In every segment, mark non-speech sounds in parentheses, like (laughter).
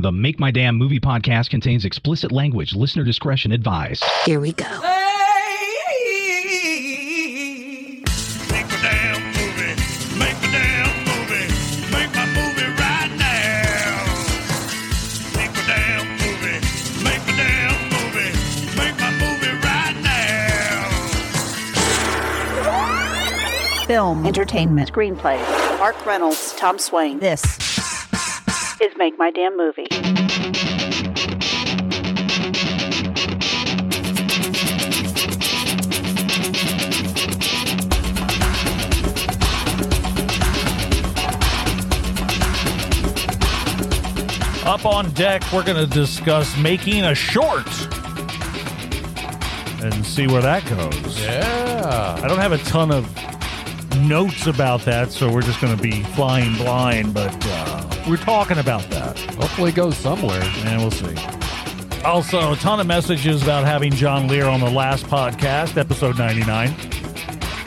The Make My Damn Movie podcast contains explicit language. Listener discretion advised. Here we go. Make my damn movie. Make my damn movie. Make my movie right now. Make my damn movie. Make my damn movie. Make my movie right now. film, entertainment, Screenplay. Mark Reynolds, Tom Swain. This this. is Make My Damn Movie. Up on deck, we're going to discuss making a short and see where that goes. Yeah. I don't have a ton of notes about that, so we're just going to be flying blind, but uh, we're talking about that, Hopefully it goes somewhere. and we'll see. Also, a ton of messages about having John Lear on the last podcast, episode 99.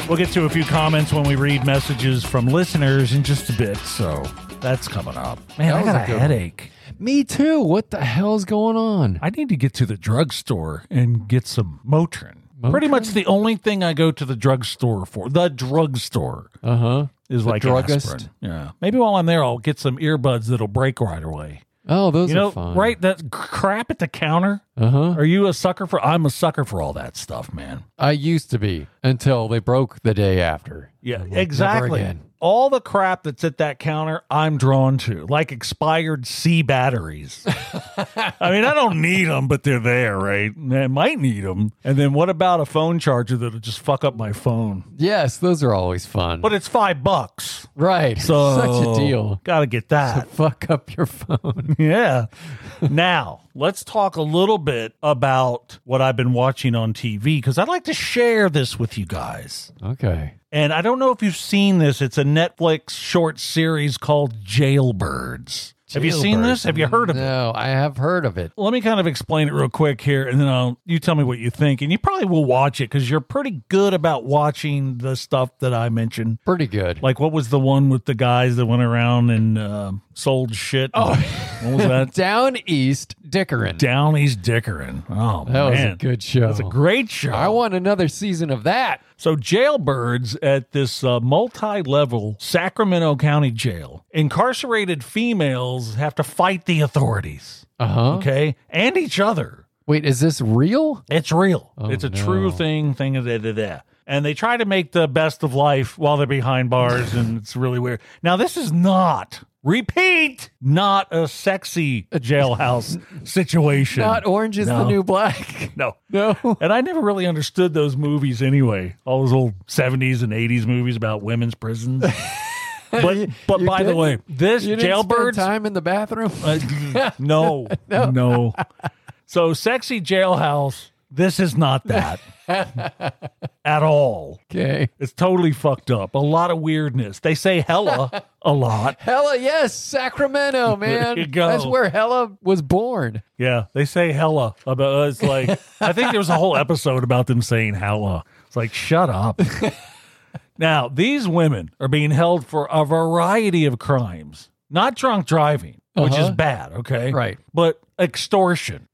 We'll get to a few comments when we read messages from listeners in just a bit, so that's coming up. Man, That I was got a a good one. headache. Me too. What the hell's going on? I need to get to the drugstore and get some Motrin. Motrin? Pretty much the only thing I go to the drugstore for. The drugstore Uh huh. is The like druggist? aspirin. Yeah. Maybe while I'm there, I'll get some earbuds that'll break right away. Oh, those you know, are fun. right? That crap at the counter. Uh huh. Are you a sucker for? I'm a sucker for all that stuff, man. I used to be until they broke the day after. Yeah, I'm like, Never exactly. again. All the crap that's at that counter, I'm drawn to, like expired C batteries. I mean, I don't need them, but they're there, right? I might need them. And then what about a phone charger that'll just fuck up my phone? Yes, those are always fun. But it's five bucks. right. So (laughs) Such a deal. Gotta get To (laughs) that. (laughs) fuck up your phone. yeah. now, let's talk a little bit about what I've been watching on TV because I'd like to share this with you guys. okay. And I don't know if you've seen this. It's a Netflix short series called Jailbirds. Have you seen this? Have you heard of it? No, I have heard of it. Let me kind of explain it real quick here, and then I'll you tell me what you think. And you probably will watch it because you're pretty good about watching the stuff that I mentioned. Pretty good. Like what was the one with the guys that went around and uh, sold shit? Oh, what (laughs) was that? Down East Dickerin. Downey's Dickering. Oh that was man, a good show. That's a great show. I want another season of that. So, jailbirds at this uh, multi level Sacramento County jail, incarcerated females have to fight the authorities, Uh huh. okay, and each other. Wait, is this real? It's real, Oh, it's a no. true thing, thing, da, da, da. And they try to make the best of life while they're behind bars, and it's really weird. Now, this is not, repeat, not a sexy jailhouse situation. Not Orange is No. the New Black. (laughs) no. no. And I never really understood those movies anyway, all those old 70s and 80s movies about (laughs) women's prisons. but but you by the didn't- way, this You didn't spend jailbirds time in the bathroom. (laughs) uh, no, no. So sexy jailhouse, this is not (laughs) that. at all. Okay. It's totally fucked up. A lot of weirdness. They say hella a lot. Hella, yes, (laughs) Sacramento, man. you go. That's where Hella was born. Yeah, they say hella. About it's like I think there was a whole episode about them saying hella. It's like (laughs) shut up. now these women are being held for a variety of crimes, not drunk driving, which is Uh-huh. bad. Okay, Right. Mm-hmm. but extortion,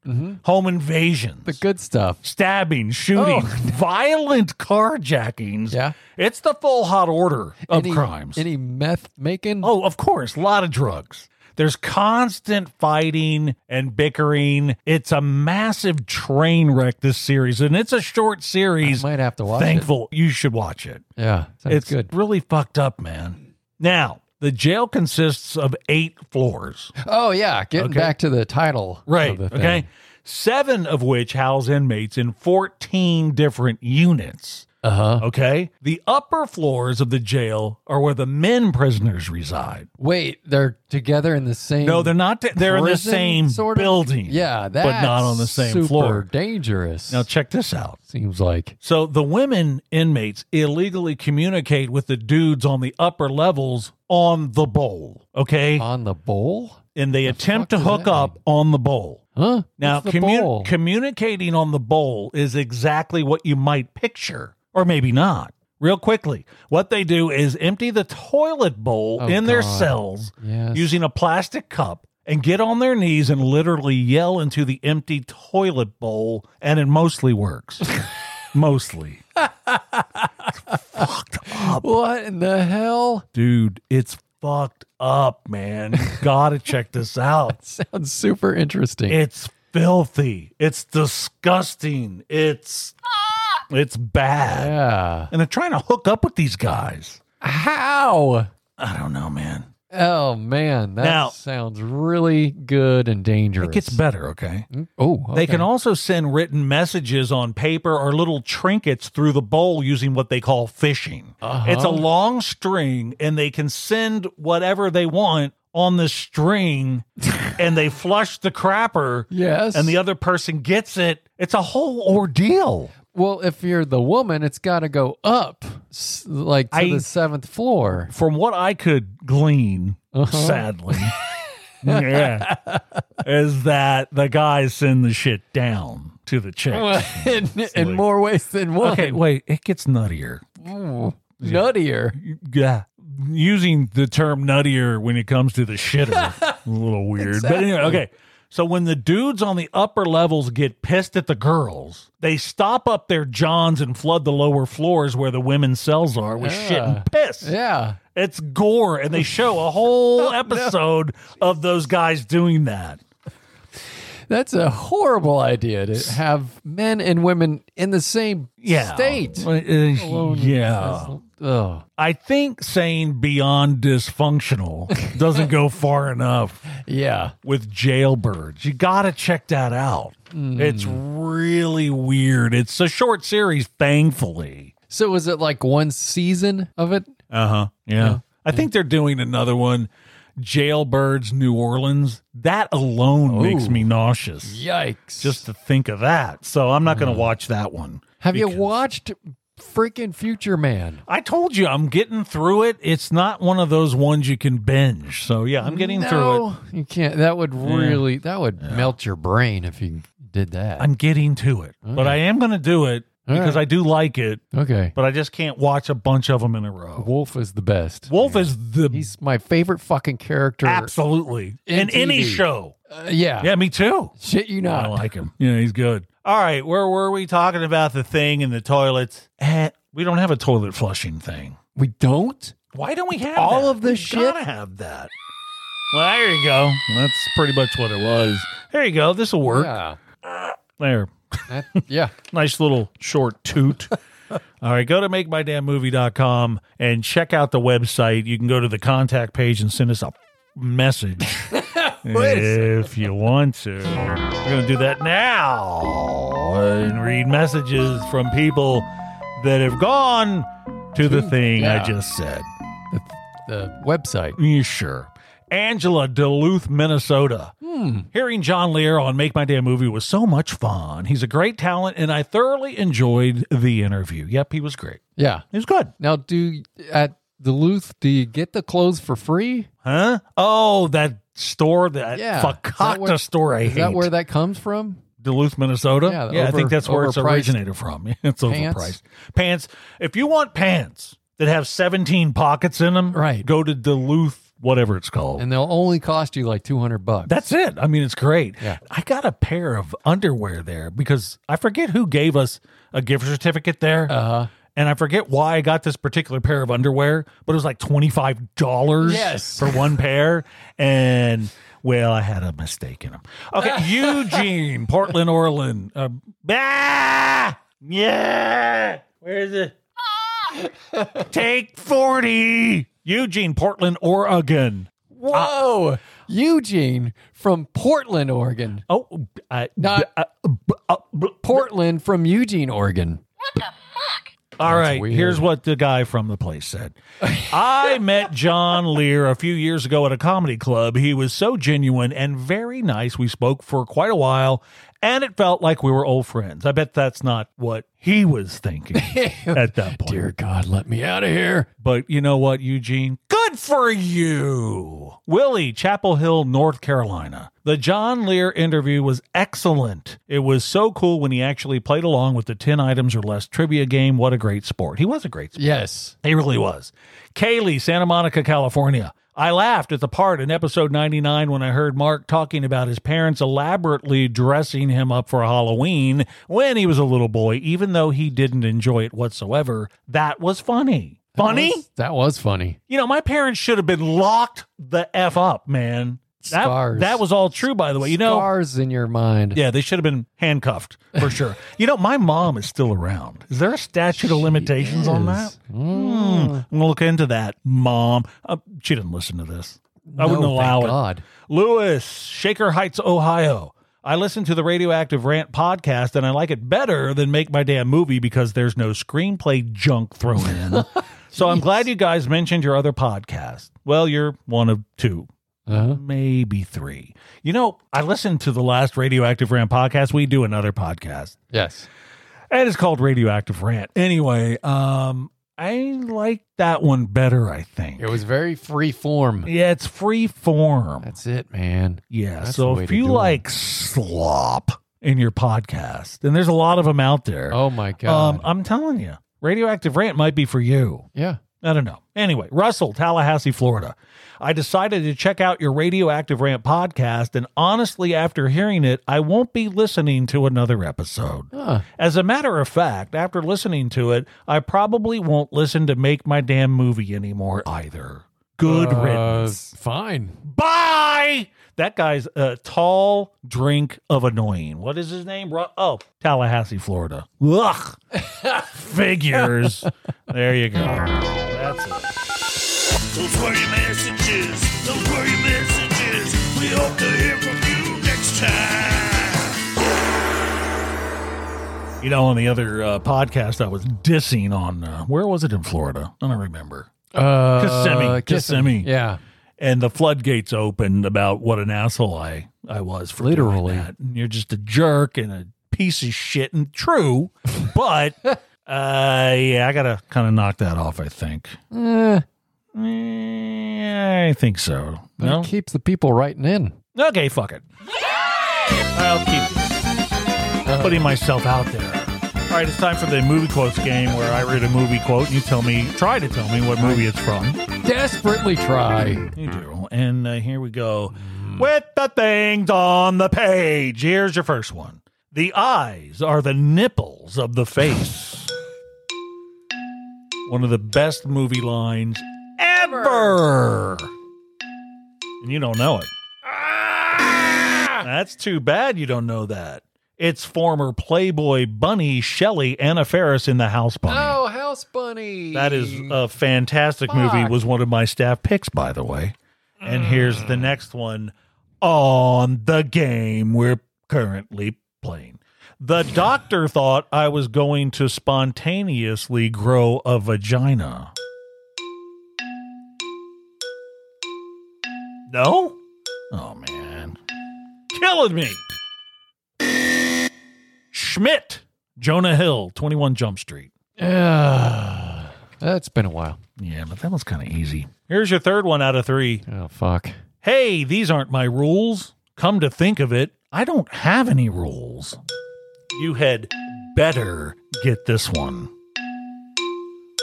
home invasions, The good stuff. stabbing, shooting, Oh. violent carjackings. Yeah. it's the full hot order of any, crimes. Any meth making? Oh, of course, a lot of drugs. There's constant fighting and bickering. It's a massive train wreck this series, and it's a short I series. might have to watch Thankful you should watch it. it. Yeah, sounds it's good. really fucked up, man. Now, the jail consists of 8 floors. Oh yeah, getting Okay. back to the title. of Right. the thing. Okay. 7 of which house inmates in 14 different units. Uh huh. Okay. The upper floors of the jail are where the men prisoners reside. Wait, they're together in the same. No, they're not. They're in the prison, same sort of? building. Yeah, that's but not on the same super floor. Dangerous. Now check this out. seems like So the women inmates illegally communicate with the dudes on the upper levels on the bowl. Okay, on Uh, the bowl, and they attempt to fuck does hook that up on the bowl. huh? Now, What's the commu- bowl? communicating on the bowl is exactly what you might picture, or maybe not. Real quickly, what they do is empty the toilet bowl Oh, in their God. cells Yes. using a plastic cup and get on their knees and literally yell into the empty toilet bowl, and it mostly works. (laughs) mostly. What in the hell? (laughs) Dude, it's fucked up, man. You gotta check this out. Sounds super interesting. It's filthy. It's disgusting. It's it's bad. yeah. And they're trying to hook up with these guys. How? I don't know, man. Oh man, that Now- sounds really good and dangerous. It gets better, okay? Oh, They can okay. also send written messages on paper or little trinkets through the bowl using what they call phishing. Uh-huh. It's a long string, and they can send whatever they want on (laughs) the string, and they flush the crapper, Yes. and the other person gets it. It's a whole ordeal. well, if you're the woman, it's got to go up, s- like to I- the seventh floor. (laughs) From what I could glean, sadly, yeah, is that the guys send the shit down to the chicks. in, in more ways than one. Okay, wait, it gets nuttier. Ooh, nuttier. yeah, using the term nuttier when it comes to the shitter, a little weird. But anyway, okay. So when the dudes on the upper levels get pissed at the girls, they stop up their johns and flood the lower floors where the women's cells are with shit and piss. Yeah. It's gore, and they show (laughs) a Oh, whole episode of those guys doing that. That's a horrible idea to have men and women in the same Yeah, state. Uh, uh, yeah. Oh, I think saying beyond dysfunctional (laughs) doesn't go far enough. yeah. with jailbirds. You got to check that out. Hmm. It's really weird. It's a short series, thankfully. So was it like one season of it? Uh Uh-huh. huh. Yeah. I think they're doing another one, Jailbirds New Orleans. That alone makes Ooh. me nauseous Yikes. just to think of that. So I'm not Mm. going to watch that one. have you because- watched freaking Future Man? I told you I'm getting through it. It's not one of those ones you can binge. So yeah, I'm getting through it. no, You can't. That would really. That would melt your brain if you did that. I'm getting to it. But I am going to do it All because right. I do like it. okay. but I just can't watch a bunch of them in a row. Wolf is the best. Wolf is the He's my favorite fucking character. absolutely In in, any TV. show. Uh, yeah. Yeah, me too. Shit, you I not. like him. Yeah, he's good. All right, where were we talking about the thing in the toilets? Eh, we don't have a toilet flushing thing. we don't. Why don't we have All that? of this We shit? Gotta have that. Well, there you go. That's pretty much what it was. There you go. This will work. Yeah. There. That- yeah. nice little (laughs) short toot. All right, go to makemydamnmovie.com and check out the website. You can go to the contact page and send us a (laughs) message if you want to. We're going to do that now and read messages from people that have gone to the thing I yeah. just said. The website. Yeah, sure. Angela Duluth, Minnesota. Hmm. Hearing John Lear on Make My Damn Movie was so much fun. He's a great talent, and I thoroughly enjoyed the interview. Yep, he was great. Yeah. He was good. Now, do at Duluth, do you get the clothes for free? Huh? Oh, that store, that Yeah. Is that fakakta where- store I Is hate. that where that comes from? Duluth, Minnesota. Yeah, the I over- think that's where it's overpriced originated from. (laughs) Yeah, it's pants. overpriced. Pants. If you want pants that have 17 pockets in them, Right. go to Duluth, whatever it's called. And they'll only cost you like two hundred bucks. That's it. I mean, it's great. Yeah. I got a pair of underwear there because I forget who gave us a gift certificate there. Uh-huh. And I forget why I got this particular pair of underwear, but it was like $25 Yes. for one pair. And well, I had a mistake in them. (laughs) Okay. Eugene, Portland, Oregon. Uh, ah, yeah. Where is it? Ah! (laughs) Take 40. Eugene, Portland, Oregon. Whoa, Eugene from Portland, Oregon. Oh, I, Not- uh, b- uh, b- Portland from Eugene, Oregon. all right. weird. Here's what the guy from the place said. I met John Lear a few years ago at a comedy club. He was so genuine and very nice. We spoke for quite a while, and it felt like we were old friends. I bet that's not what he (laughs) was thinking at that point. Dear God, let me out of here. But you know what, Eugene? Good for you. Willie, Chapel Hill, North Carolina. The John Lear interview was excellent. It was so cool when he actually played along with the 10 items or less trivia game. What a great sport. He was a great sport. Yes. He really was. Kaylee, Santa Monica, California. I laughed at the part in episode 99 when I heard Mark talking about his parents elaborately dressing him up for Halloween when he was a little boy, even though he didn't enjoy it whatsoever. That was funny. Funny? That was funny. You know, my parents should have been locked the F up, man. That, Scars. that was all true, by the way. You know, Scars in your mind. yeah, they should have been handcuffed for sure. you know, my mom is still around. Is there a statute of limitations on that? Yes. Mm. Hmm, I'm gonna look into that, mom. Uh, she didn't listen to this. I wouldn't No, allow thank it. God. Lewis, Shaker Heights, Ohio. I listen to the Radioactive Rant podcast and I like it better than Make My Damn Movie because there's no screenplay junk thrown in. so I'm glad you guys mentioned your other podcast. Well, you're one of two Uh-huh. maybe three. You know, I listened to the last Radioactive Rant podcast. We do another podcast, Yes. and it's called Radioactive Rant. Anyway, um, I like that one better. I think It was very free form. Yeah, it's free form. That's it, man. Yeah. that's So the way if to you do it. like slop in your podcast, and there's a lot of them out there. Oh my God. um, I'm telling you, Radioactive Rant might be for you. yeah. I don't know. Anyway, Russell, Tallahassee, Florida. I decided to check out your Radioactive Rant podcast, and honestly, after hearing it, I won't be listening to another episode. Huh. As a matter of fact, after listening to it, I probably won't listen to Make My Damn Movie anymore either. Good Uh, riddance. Fine. Bye! That guy's a tall drink of annoying. What is his name? Ru- Oh, Tallahassee, Florida. Ugh. Figures. There you go. That's it. Those were your messages. Those were your messages. We hope to hear from you next time. You know, on the other uh, podcast, I was dissing on uh, where was it in Florida? I don't remember. Uh, Kissimmee. Kissimmee. Yeah. And the floodgates opened about what an asshole I I was for doing Literally. that. And you're just a jerk and a piece of shit. And true, but uh, yeah, I gotta kind of knock that off. I think. Eh, Eh, I think so. but No. It keeps the people writing in. Okay, fuck it. I'll keep putting myself out there. All right, it's time for the movie quotes game where I read a movie quote and you tell me, try to tell me what movie it's from. Desperately try. You do. And uh, here we go with the things on the page. Here's your first one The eyes are the nipples of the face. One of the best movie lines ever. And you don't know it. That's too bad you don't know that. It's former Playboy Bunny Shelley Anna Ferris in the House Bunny. Oh, House Bunny. That is uh, a fantastic movie. Fuck. Was one of my staff picks, by the way. And here's the next one on the game we're currently playing. The doctor thought I was going to spontaneously grow a vagina. No? Oh, man. Killing me. Schmidt, Jonah Hill, 21 Jump Street. Ugh. that's been a while. Yeah, but that one's kind of easy. Here's your third one out of three. Oh, fuck. Hey, these aren't my rules. Come to think of it, I don't have any rules. You had better get this one.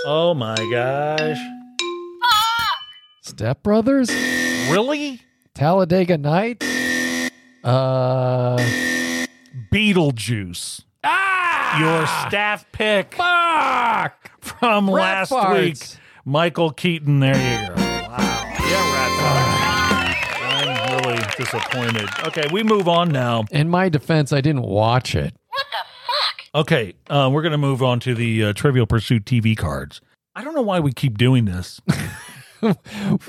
Oh my gosh. Step Brothers? Really? Talladega Night? Uh, Beetlejuice. Ah! Your staff pick. Fuck! From Rat last farts. week. Michael Keaton, there you go. Wow. Yeah, rat farts. I'm really disappointed. Okay, we move on now. in my defense, I didn't watch it. Okay, uh, we're going to move on to the uh, Trivial Pursuit TV cards. I don't know why we keep (laughs) doing this.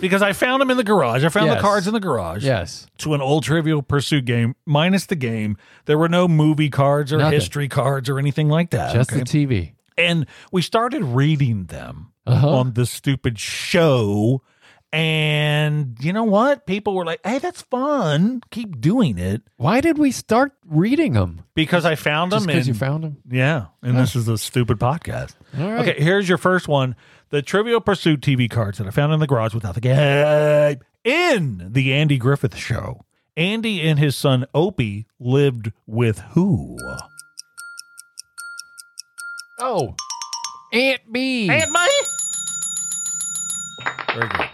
because I found them in the garage. I found the Yes. cards in the garage Yes. to an old Trivial Pursuit game, minus the game. There were no movie cards or Nothing. history cards or anything like that. Just okay? the TV. and we started reading them Uh-huh. on the stupid show. And you know what? People were like, hey, that's fun. Keep doing it. Why did we start reading them? Because I found Just them in because you found them? yeah, and this is a stupid podcast. All right. Okay, here's your first one: the Trivial Pursuit TV cards that I found in the garage without the game in the Andy Griffith Show. Andy and his son Opie lived with who? Oh, Aunt B. Aunt Money. Very good.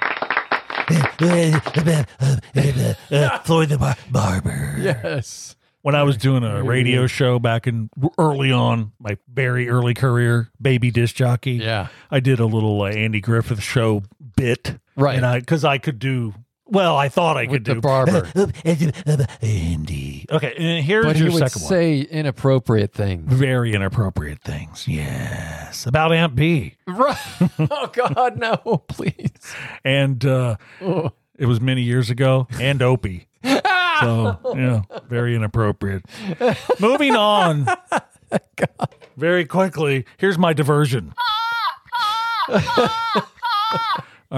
Floyd the Bar- Barber. Yes. when I was doing a radio show back in early on my very early career, baby disc jockey. Yeah. I did a little uh, Andy Griffith show bit, Right. And I because I could do well, I thought I With could the do barber. (laughs) Andy. Okay, and here's But he your would second one. say inappropriate things. Very inappropriate things. Yes, about Aunt B. Right. (laughs) Oh, God, no, please. and uh, it was many years ago, and Opie. so yeah, very inappropriate. Moving on, very quickly. Here's my diversion. All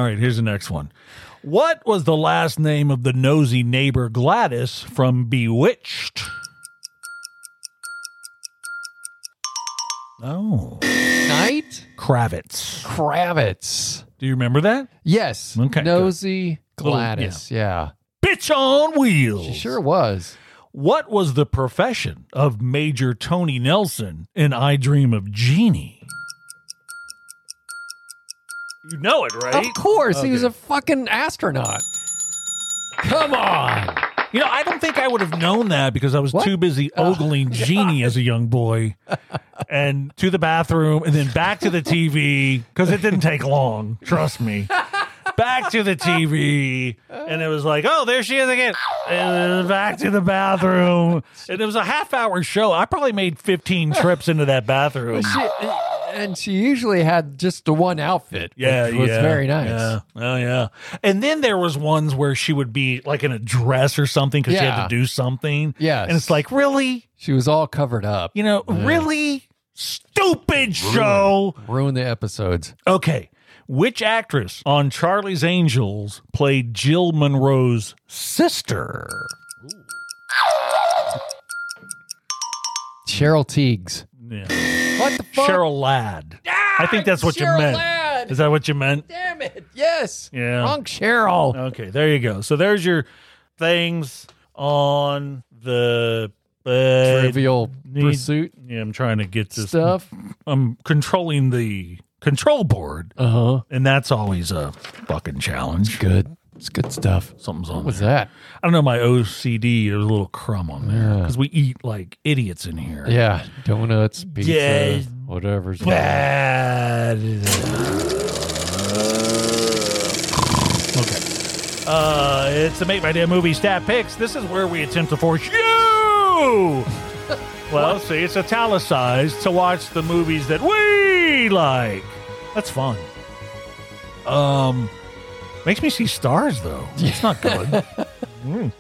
right, here's the next one. What was the last name of the nosy neighbor Gladys from Bewitched? Oh, Knight Kravitz. Kravitz. Do you remember that? Yes. Okay, good. Nosy Little- Gladys. yeah. Bitch on wheels. She sure was. What was the profession of Major Tony Nelson in I Dream of Jeannie? You know it, right? Of course. Oh, He was a fucking astronaut. Come on. You know, I don't think I would have known that because I was What? Oh. too busy (laughs) ogling Jeannie as a young boy and to the bathroom and then back to the TV because it didn't take long. Trust me. Back to the TV. And it was like, oh, there she is again. And then back to the bathroom. And it was a half hour show. I probably made 15 trips into that bathroom. She, and she usually had just the one outfit. Yeah, which was yeah, very nice. Yeah. Oh, yeah. And then there was ones where she would be like in a dress or something because she had Yeah. to do something. Yes. and it's like, really, She was all covered up. you know, really stupid show. Ruined the episodes. Okay, which actress on Charlie's Angels played Jill Monroe's sister? Cheryl Teagues. Yeah. What the fuck? Cheryl Ladd. I think that's what you Cheryl meant. Ladd. Is that what you meant? Damn it. Yes. Yeah. Wrong Cheryl. Okay, there you go. So there's your things on the uh, Trivial need- pursuit Yeah, I'm trying to get this. stuff. I'm controlling the control board, Uh huh. and that's always a fucking challenge. Good. It's good stuff. Something's What on was there. that? I don't know. My OCD, there's a little crumb on there Yeah. because we eat like idiots in here. Yeah. Donuts, pizza, Yeah. whatever's. Bad. Okay. Uh, it's the Make My Damn Movie Stat Picks. This is where we attempt to force you. well, see, it's italicized to watch the movies that we like. That's fun. Um, makes me see stars though. It's not good. Mm.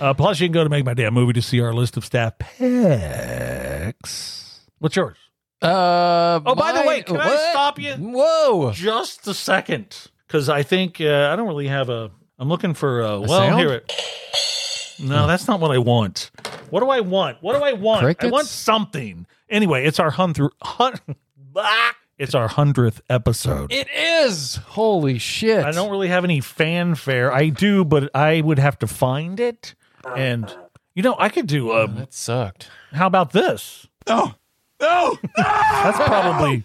Uh, plus, you can go to Make My Damn Movie to see our list of stat picks. What's yours? Uh, Oh, by the mine- way, can I what? stop you? Whoa. just a second because I think uh, I don't really have a. I'm looking for a. well, sound? here it. No, that's not what I want. What do I want? What do I want? I Crickets? want something. Anyway, it's our hundredth. Hun- (laughs) Ah! it's our hundredth episode. It is. Holy shit. I don't really have any fanfare. I do, but I would have to find it. And you know, I could do. Um, That sucked. how about this? No, no, that's probably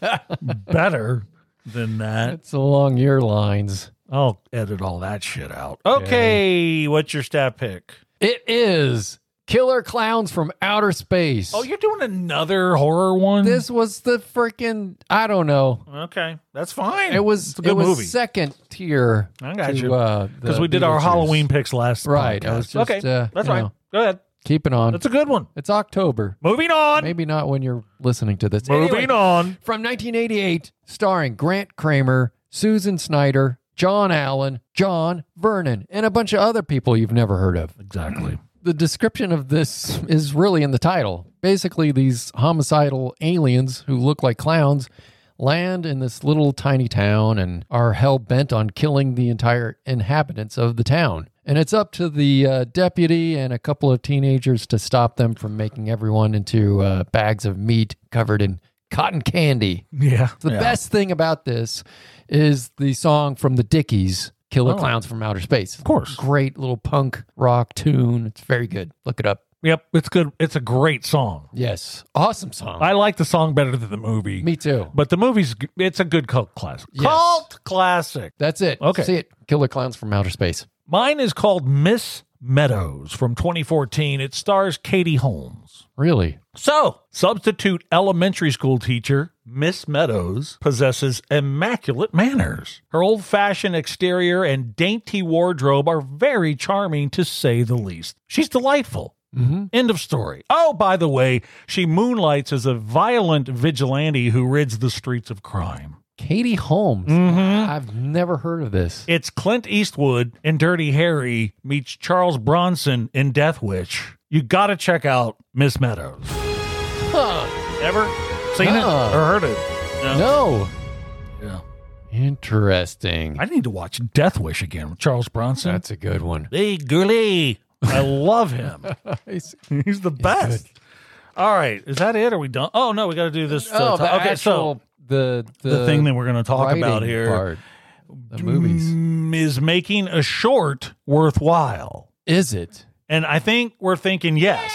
better than that. It's along your lines. I'll edit all that shit out. Okay, what's your stat pick? It is Killer Clowns from Outer Space. Oh, you're doing another horror one? This was the freaking I don't know. okay, that's fine. It was It's a good it was movie. second tier. I got to, you. uh, because the we did our Beetlejuice. Halloween picks last. Right, I was podcast. just, okay, uh, that's you fine. know. Go ahead. Keep it on. That's a good one. it's October. Moving on. Maybe not when you're listening to this. Moving Anyway, on. From 1988, starring Grant Kramer, Susan Snyder, John Allen, John Vernon, and a bunch of other people you've never heard of. Exactly. the description of this is really in the title. Basically, these homicidal aliens who look like clowns land in this little tiny town and are hell bent on killing the entire inhabitants of the town. And it's up to the uh, deputy and a couple of teenagers to stop them from making everyone into uh, bags of meat covered in cotton candy. Yeah. The yeah. best thing about this is the song from the Dickies, Killer Oh. Clowns from Outer Space. Of course. Great little punk rock tune. It's very good. Look it up. Yep, it's good. It's a great song. Yes. Awesome song. I like the song better than the movie. Me too. But the movie's g- it's a good cult classic. Yes. Cult classic. That's it. Okay. See it. Killer Clowns from Outer Space. Mine is called Miss Meadows from 2014. It stars Katie Holmes. Really? So, substitute elementary school teacher Miss Meadows possesses immaculate manners. Her old fashioned exterior and dainty wardrobe are very charming to say the least. She's delightful. Mm-hmm. End of story. Oh, by the way, she moonlights as a violent vigilante who rids the streets of crime. Katie Holmes. Mm-hmm. I've never heard of this. It's Clint Eastwood in Dirty Harry meets Charles Bronson in Death Wish. You got to check out Miss Meadows. Ever seen Uh-uh. it or heard it? No. Yeah. Interesting. I need to watch Death Wish again with Charles Bronson. That's a good (laughs) one. Hey, girly. (laughs) I love him. Oh, He's the best. All right. Is that it? Are we done? Oh, no. We got to do this. uh, oh, ti- the okay. so actual- the, the the thing that we're going to talk writing about here part. the movies. mm, is making a short worthwhile. Is it? And I think we're thinking yes.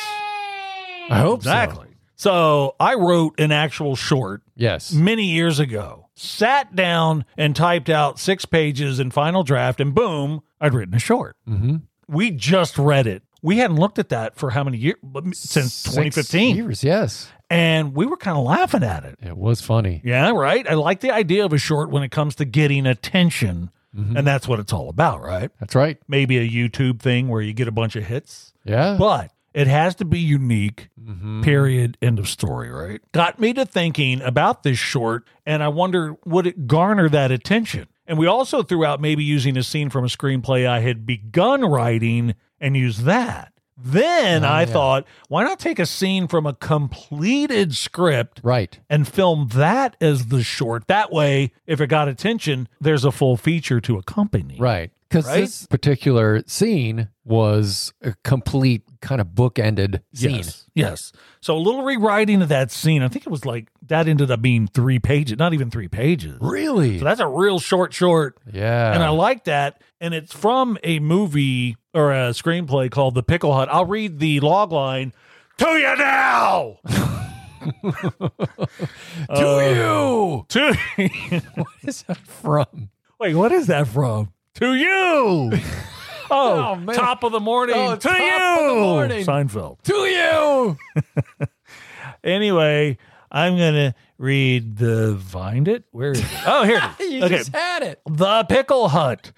I hope so. Exactly. So I wrote an actual short Yes. many years ago, sat down and typed out six pages in final draft, and boom, I'd written a short. Mm-hmm. We just read it. We hadn't looked at that for how many years? Since 2015. Years, yes. And we were kind of laughing at it. It was funny. Yeah, right. I like the idea of a short when it comes to getting attention. Mm-hmm. And that's what it's all about, right? That's right. Maybe a YouTube thing where you get a bunch of hits, Yeah. (laughs) but it has to be unique, Mhm. period, end of story, right? Got me to thinking about this short, and I wonder would it garner that attention? And we also threw out maybe using a scene from a screenplay I had begun writing and use that. Then I thought, why not take a scene from a completed script Right. and film that as the short. That way, if it got attention, there's a full feature to accompany. Right. Because Right? this particular scene was a complete kind of bookended scene. Yes. Yes. So a little rewriting of that scene. I think it was like that ended up being three pages, not even three pages. Really? So that's a real short, short. yeah. And I like that. And it's from a movie or a screenplay called The Pickle Hut. I'll read the log line to you (laughs) now. (laughs) Uh, Do you? To (laughs) Where's that from? Wait, what is that from? (laughs) To you. Oh, Oh, man. top of the morning. Oh, to top of you. the morning. Seinfeld. Do you? (laughs) Anyway, I'm going to read the find it. Where is it? Oh, here it (laughs) is. You okay. just had it. The Pickle Hut.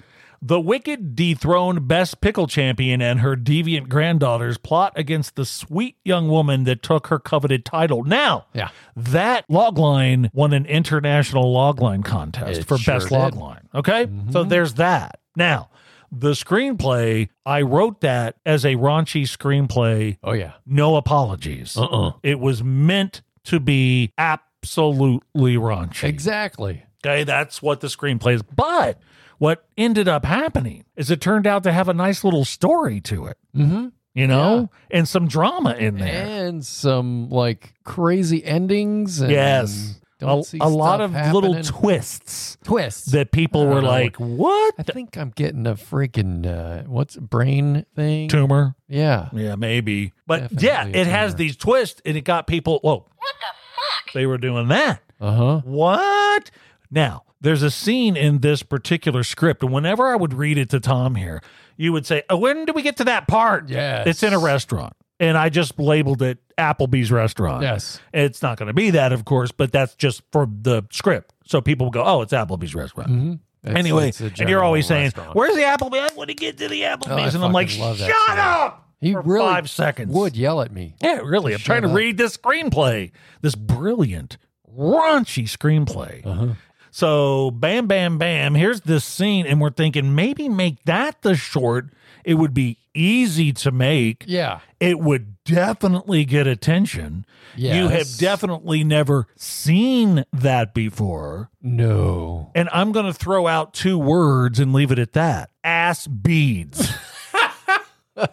The wicked, dethroned best pickle champion and her deviant granddaughters plot against the sweet young woman that took her coveted title. Now, Yeah. that logline won an international logline contest It for sure best did. Mm-hmm. logline. Okay. So there's that. Now, the screenplay, I wrote that as a raunchy screenplay. Oh yeah. No apologies. uh. It was meant to be absolutely raunchy. Exactly. Okay, that's what the screenplay is. But what ended up happening is it turned out to have a nice little story to it, Mm-hmm. you know, and some drama in there. And some like crazy endings. And yes. Don't A, see a lot stuff of little happening. twists twists. that people I were don't know. like, what? I the- think I'm getting a freaking uh, what's brain thing? tumor? Yeah. Yeah, maybe. But Definitely yeah, a it has tumor. these twists and it got people, whoa. What the fuck? They were doing that. Uh huh. What? Now, there's a scene in this particular script, and whenever I would read it to Tom here, you would say, oh, when did we get to that part? Yes. It's in a restaurant. And I just labeled it Applebee's restaurant. Yes. It's not going to be that, of course, but that's just for the script. So people go, oh, it's Applebee's restaurant. Mm-hmm. Anyway, and you're always saying, "Where's the Applebee's? I want to get to the Oh, I Applebee's," and I'm like, fucking love that "Shut shit. up!" he for really five seconds. would yell at me. Yeah, really. I'm Shut trying to up. read this screenplay, this brilliant, raunchy screenplay. Uh-huh. So, bam, bam, bam. Here's this scene, and we're thinking maybe make that the short. It would be easy to make. Yeah. It would definitely get attention. You have Yes. definitely never seen that before. No. And I'm going to throw out two words and leave it at that ass beads. (laughs)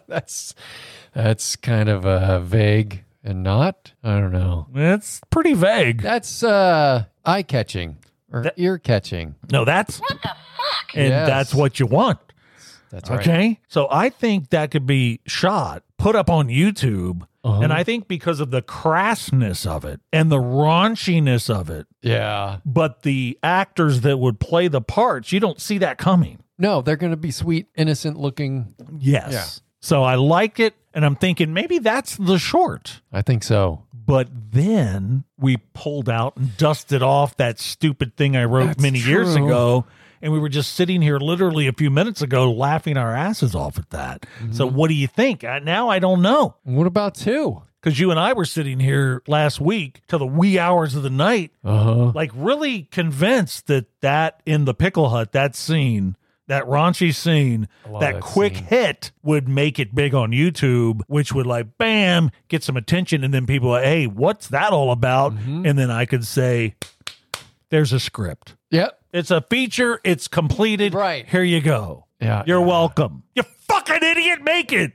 That's that's kind of uh, vague and not. I don't know. It's pretty vague. That's uh, eye catching or That- ear catching. No, that's what the fuck, and Yes. that's what you want. That's right. Okay, so I think that could be shot put up on YouTube. Uh-huh. And I think because of the crassness of it and the raunchiness of it, Yeah. but the actors that would play the parts, you don't see that coming. No, they're going to be sweet, innocent looking. Yes. Yeah. So I like it. And I'm thinking maybe that's the short. I think so. But then we pulled out and dusted off that stupid thing I wrote That's many years true. ago. And we were just sitting here literally a few minutes ago laughing our asses off at that. So Mm-hmm. what do you think? I, now I don't know. What about two? Because you and I were sitting here last week till the wee hours of the night Uh huh. like really convinced that that in the pickle hut that scene that raunchy scene love that, that quick scene. hit would make it big on youtube which would like bam get some attention and then people are, hey what's that all about and then i could say there's a script Yep. it's a feature it's completed Right. here you go Yeah. you're yeah. welcome you fucking idiot make (laughs) it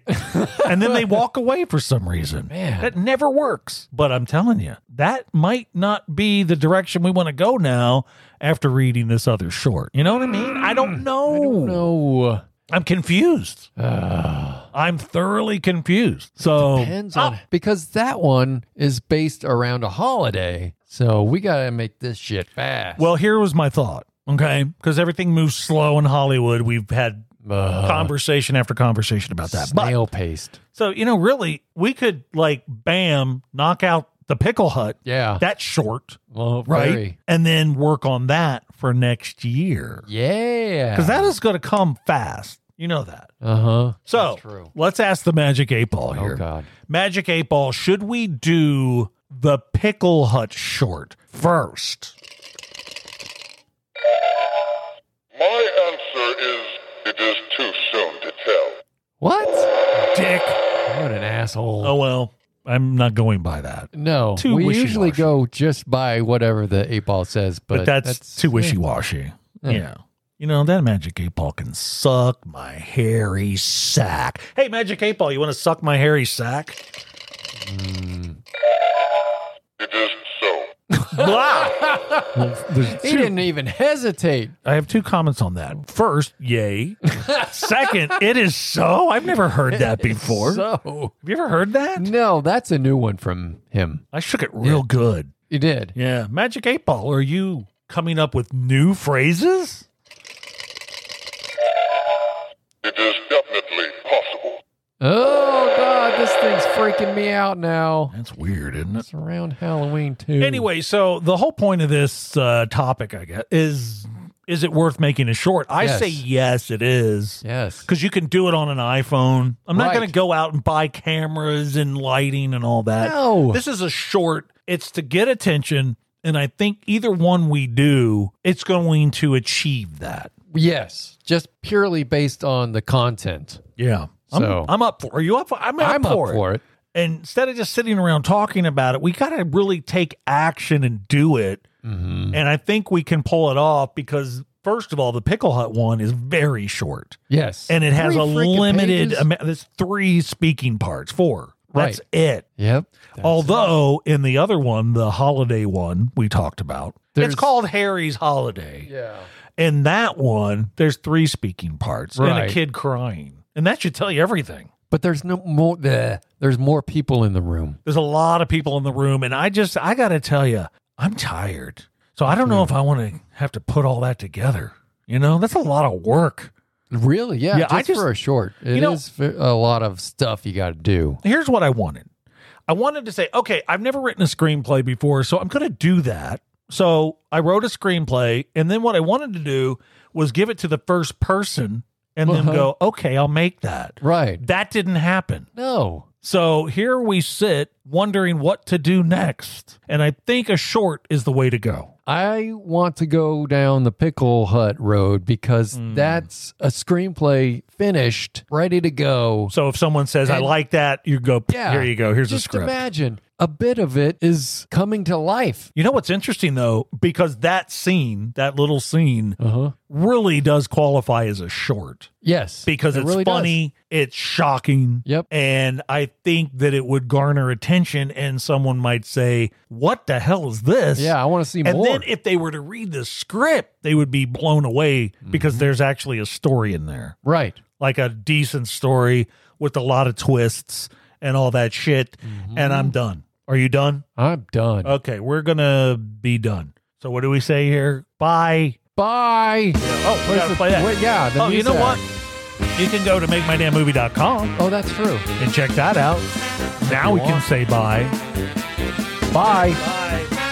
and then they walk away for some reason Man. that never works. But I'm telling you, that might not be the direction we want to go now after reading this other short. You know what I mean? I Hmm. don't know. I No. am confused. Uh. I'm thoroughly confused. So uh, Depends on because that one is based around a holiday, so we gotta make this shit fast. well, here was my thought. Okay, because everything moves slow in Hollywood. We've had uh, conversation after conversation about that. But snail paste. so you know, really, we could like bam, knock out the pickle hut. Yeah. That's short, well, right? very. And then work on that for next year. Yeah. because that is going to come fast. You know that. uh huh. So true. let's ask the magic eight ball Oh here. god. magic eight ball, should we do the pickle hut short first? My answer is it is too soon to tell. What? Dick. What an asshole. Oh well, I'm not going by that. no. too we usually wishy-washy. go just by whatever the eight ball says, but, But, that's, too wishy washy. Yeah. yeah. You know, that magic eight ball can suck my hairy sack. Hey, magic eight ball, you want to suck my hairy sack? It is so. (laughs) Wow. He didn't even hesitate. I have two comments on that. First, (laughs) yay. Second, it is so. I've never heard that before. So Have you ever heard that? no, that's a new one from him. I shook it real good. You did. Yeah. Magic 8 Ball, are you coming up with new phrases? It is definitely possible. Oh god, this thing's freaking me out now. That's weird, isn't It's around Halloween too. Anyway, so the whole point of this uh, topic, I guess, is is it worth making it short? I Yes. say yes, it is. yes, Because you can do it on an iPhone. I'm not Right. going to go out and buy cameras and lighting and all that. No. This is a short, it's to get attention. And I think either one we do, it's going to achieve that. yes, just purely based on the content. Yeah. I'm, So- I'm up for Are you up for I'm up, I'm for, up it. for it. And instead of just sitting around talking about it, we got to really take action and do it. Mm-hmm. And I think we can pull it off because, first of all, the Pickle Hut one is very short Yes, and it has Three a freaking limited pages? amount. There's three speaking parts, four. That's Right. it. Yep. Although in the other one, the holiday one we talked about, There's- it's called Harry's Holiday. yeah. In that one, there's three speaking parts and Right. a kid crying. And that should tell you everything. But there's no more. bleh. There's more people in the room. There's a lot of people in the room. And I just, I got to tell you, I'm tired. So I don't Hmm. know if I want to have to put all that together. You know, that's a lot of work. Really? Yeah. Yeah, just, I just- for a short. It is you know- ve- a lot of stuff you got to do. here's what I wanted. I wanted to say, okay, I've never written a screenplay before, so I'm going to do that. So I wrote a screenplay, and then what I wanted to do was give it to the first person and Uh-huh. then go, okay, I'll make that. Right. That didn't happen. No. So here we sit wondering what to do next. And I think a short is the way to go. I want to go down the pickle hut road because Hmm. that's a screenplay finished, ready to go. So if someone says, I And- like that, you go, Yeah. here you go, here's a Just script. imagine a bit of it is coming to life. you know what's interesting though, because that scene, that little scene, Uh huh. really does qualify as a short. Yes. because it it's really does. funny, it's shocking. Yep. And I think that it would garner attention and someone might say, "What the hell is this?" Yeah, I want to see And more. then if they were to read the script, they would be Mm-hmm. blown away because there's actually a story in there. right. Like a decent story with a lot of twists and all that shit. And I'm done. Are you done? I'm done. Okay, we're gonna be done. So what do we say here? Bye. Bye. Oh, we gotta play that. wait, yeah, the oh, you know music. what? You can go to makemydamnmovie.com Oh, that's true. and check that out. Now we can say bye. Bye. Bye.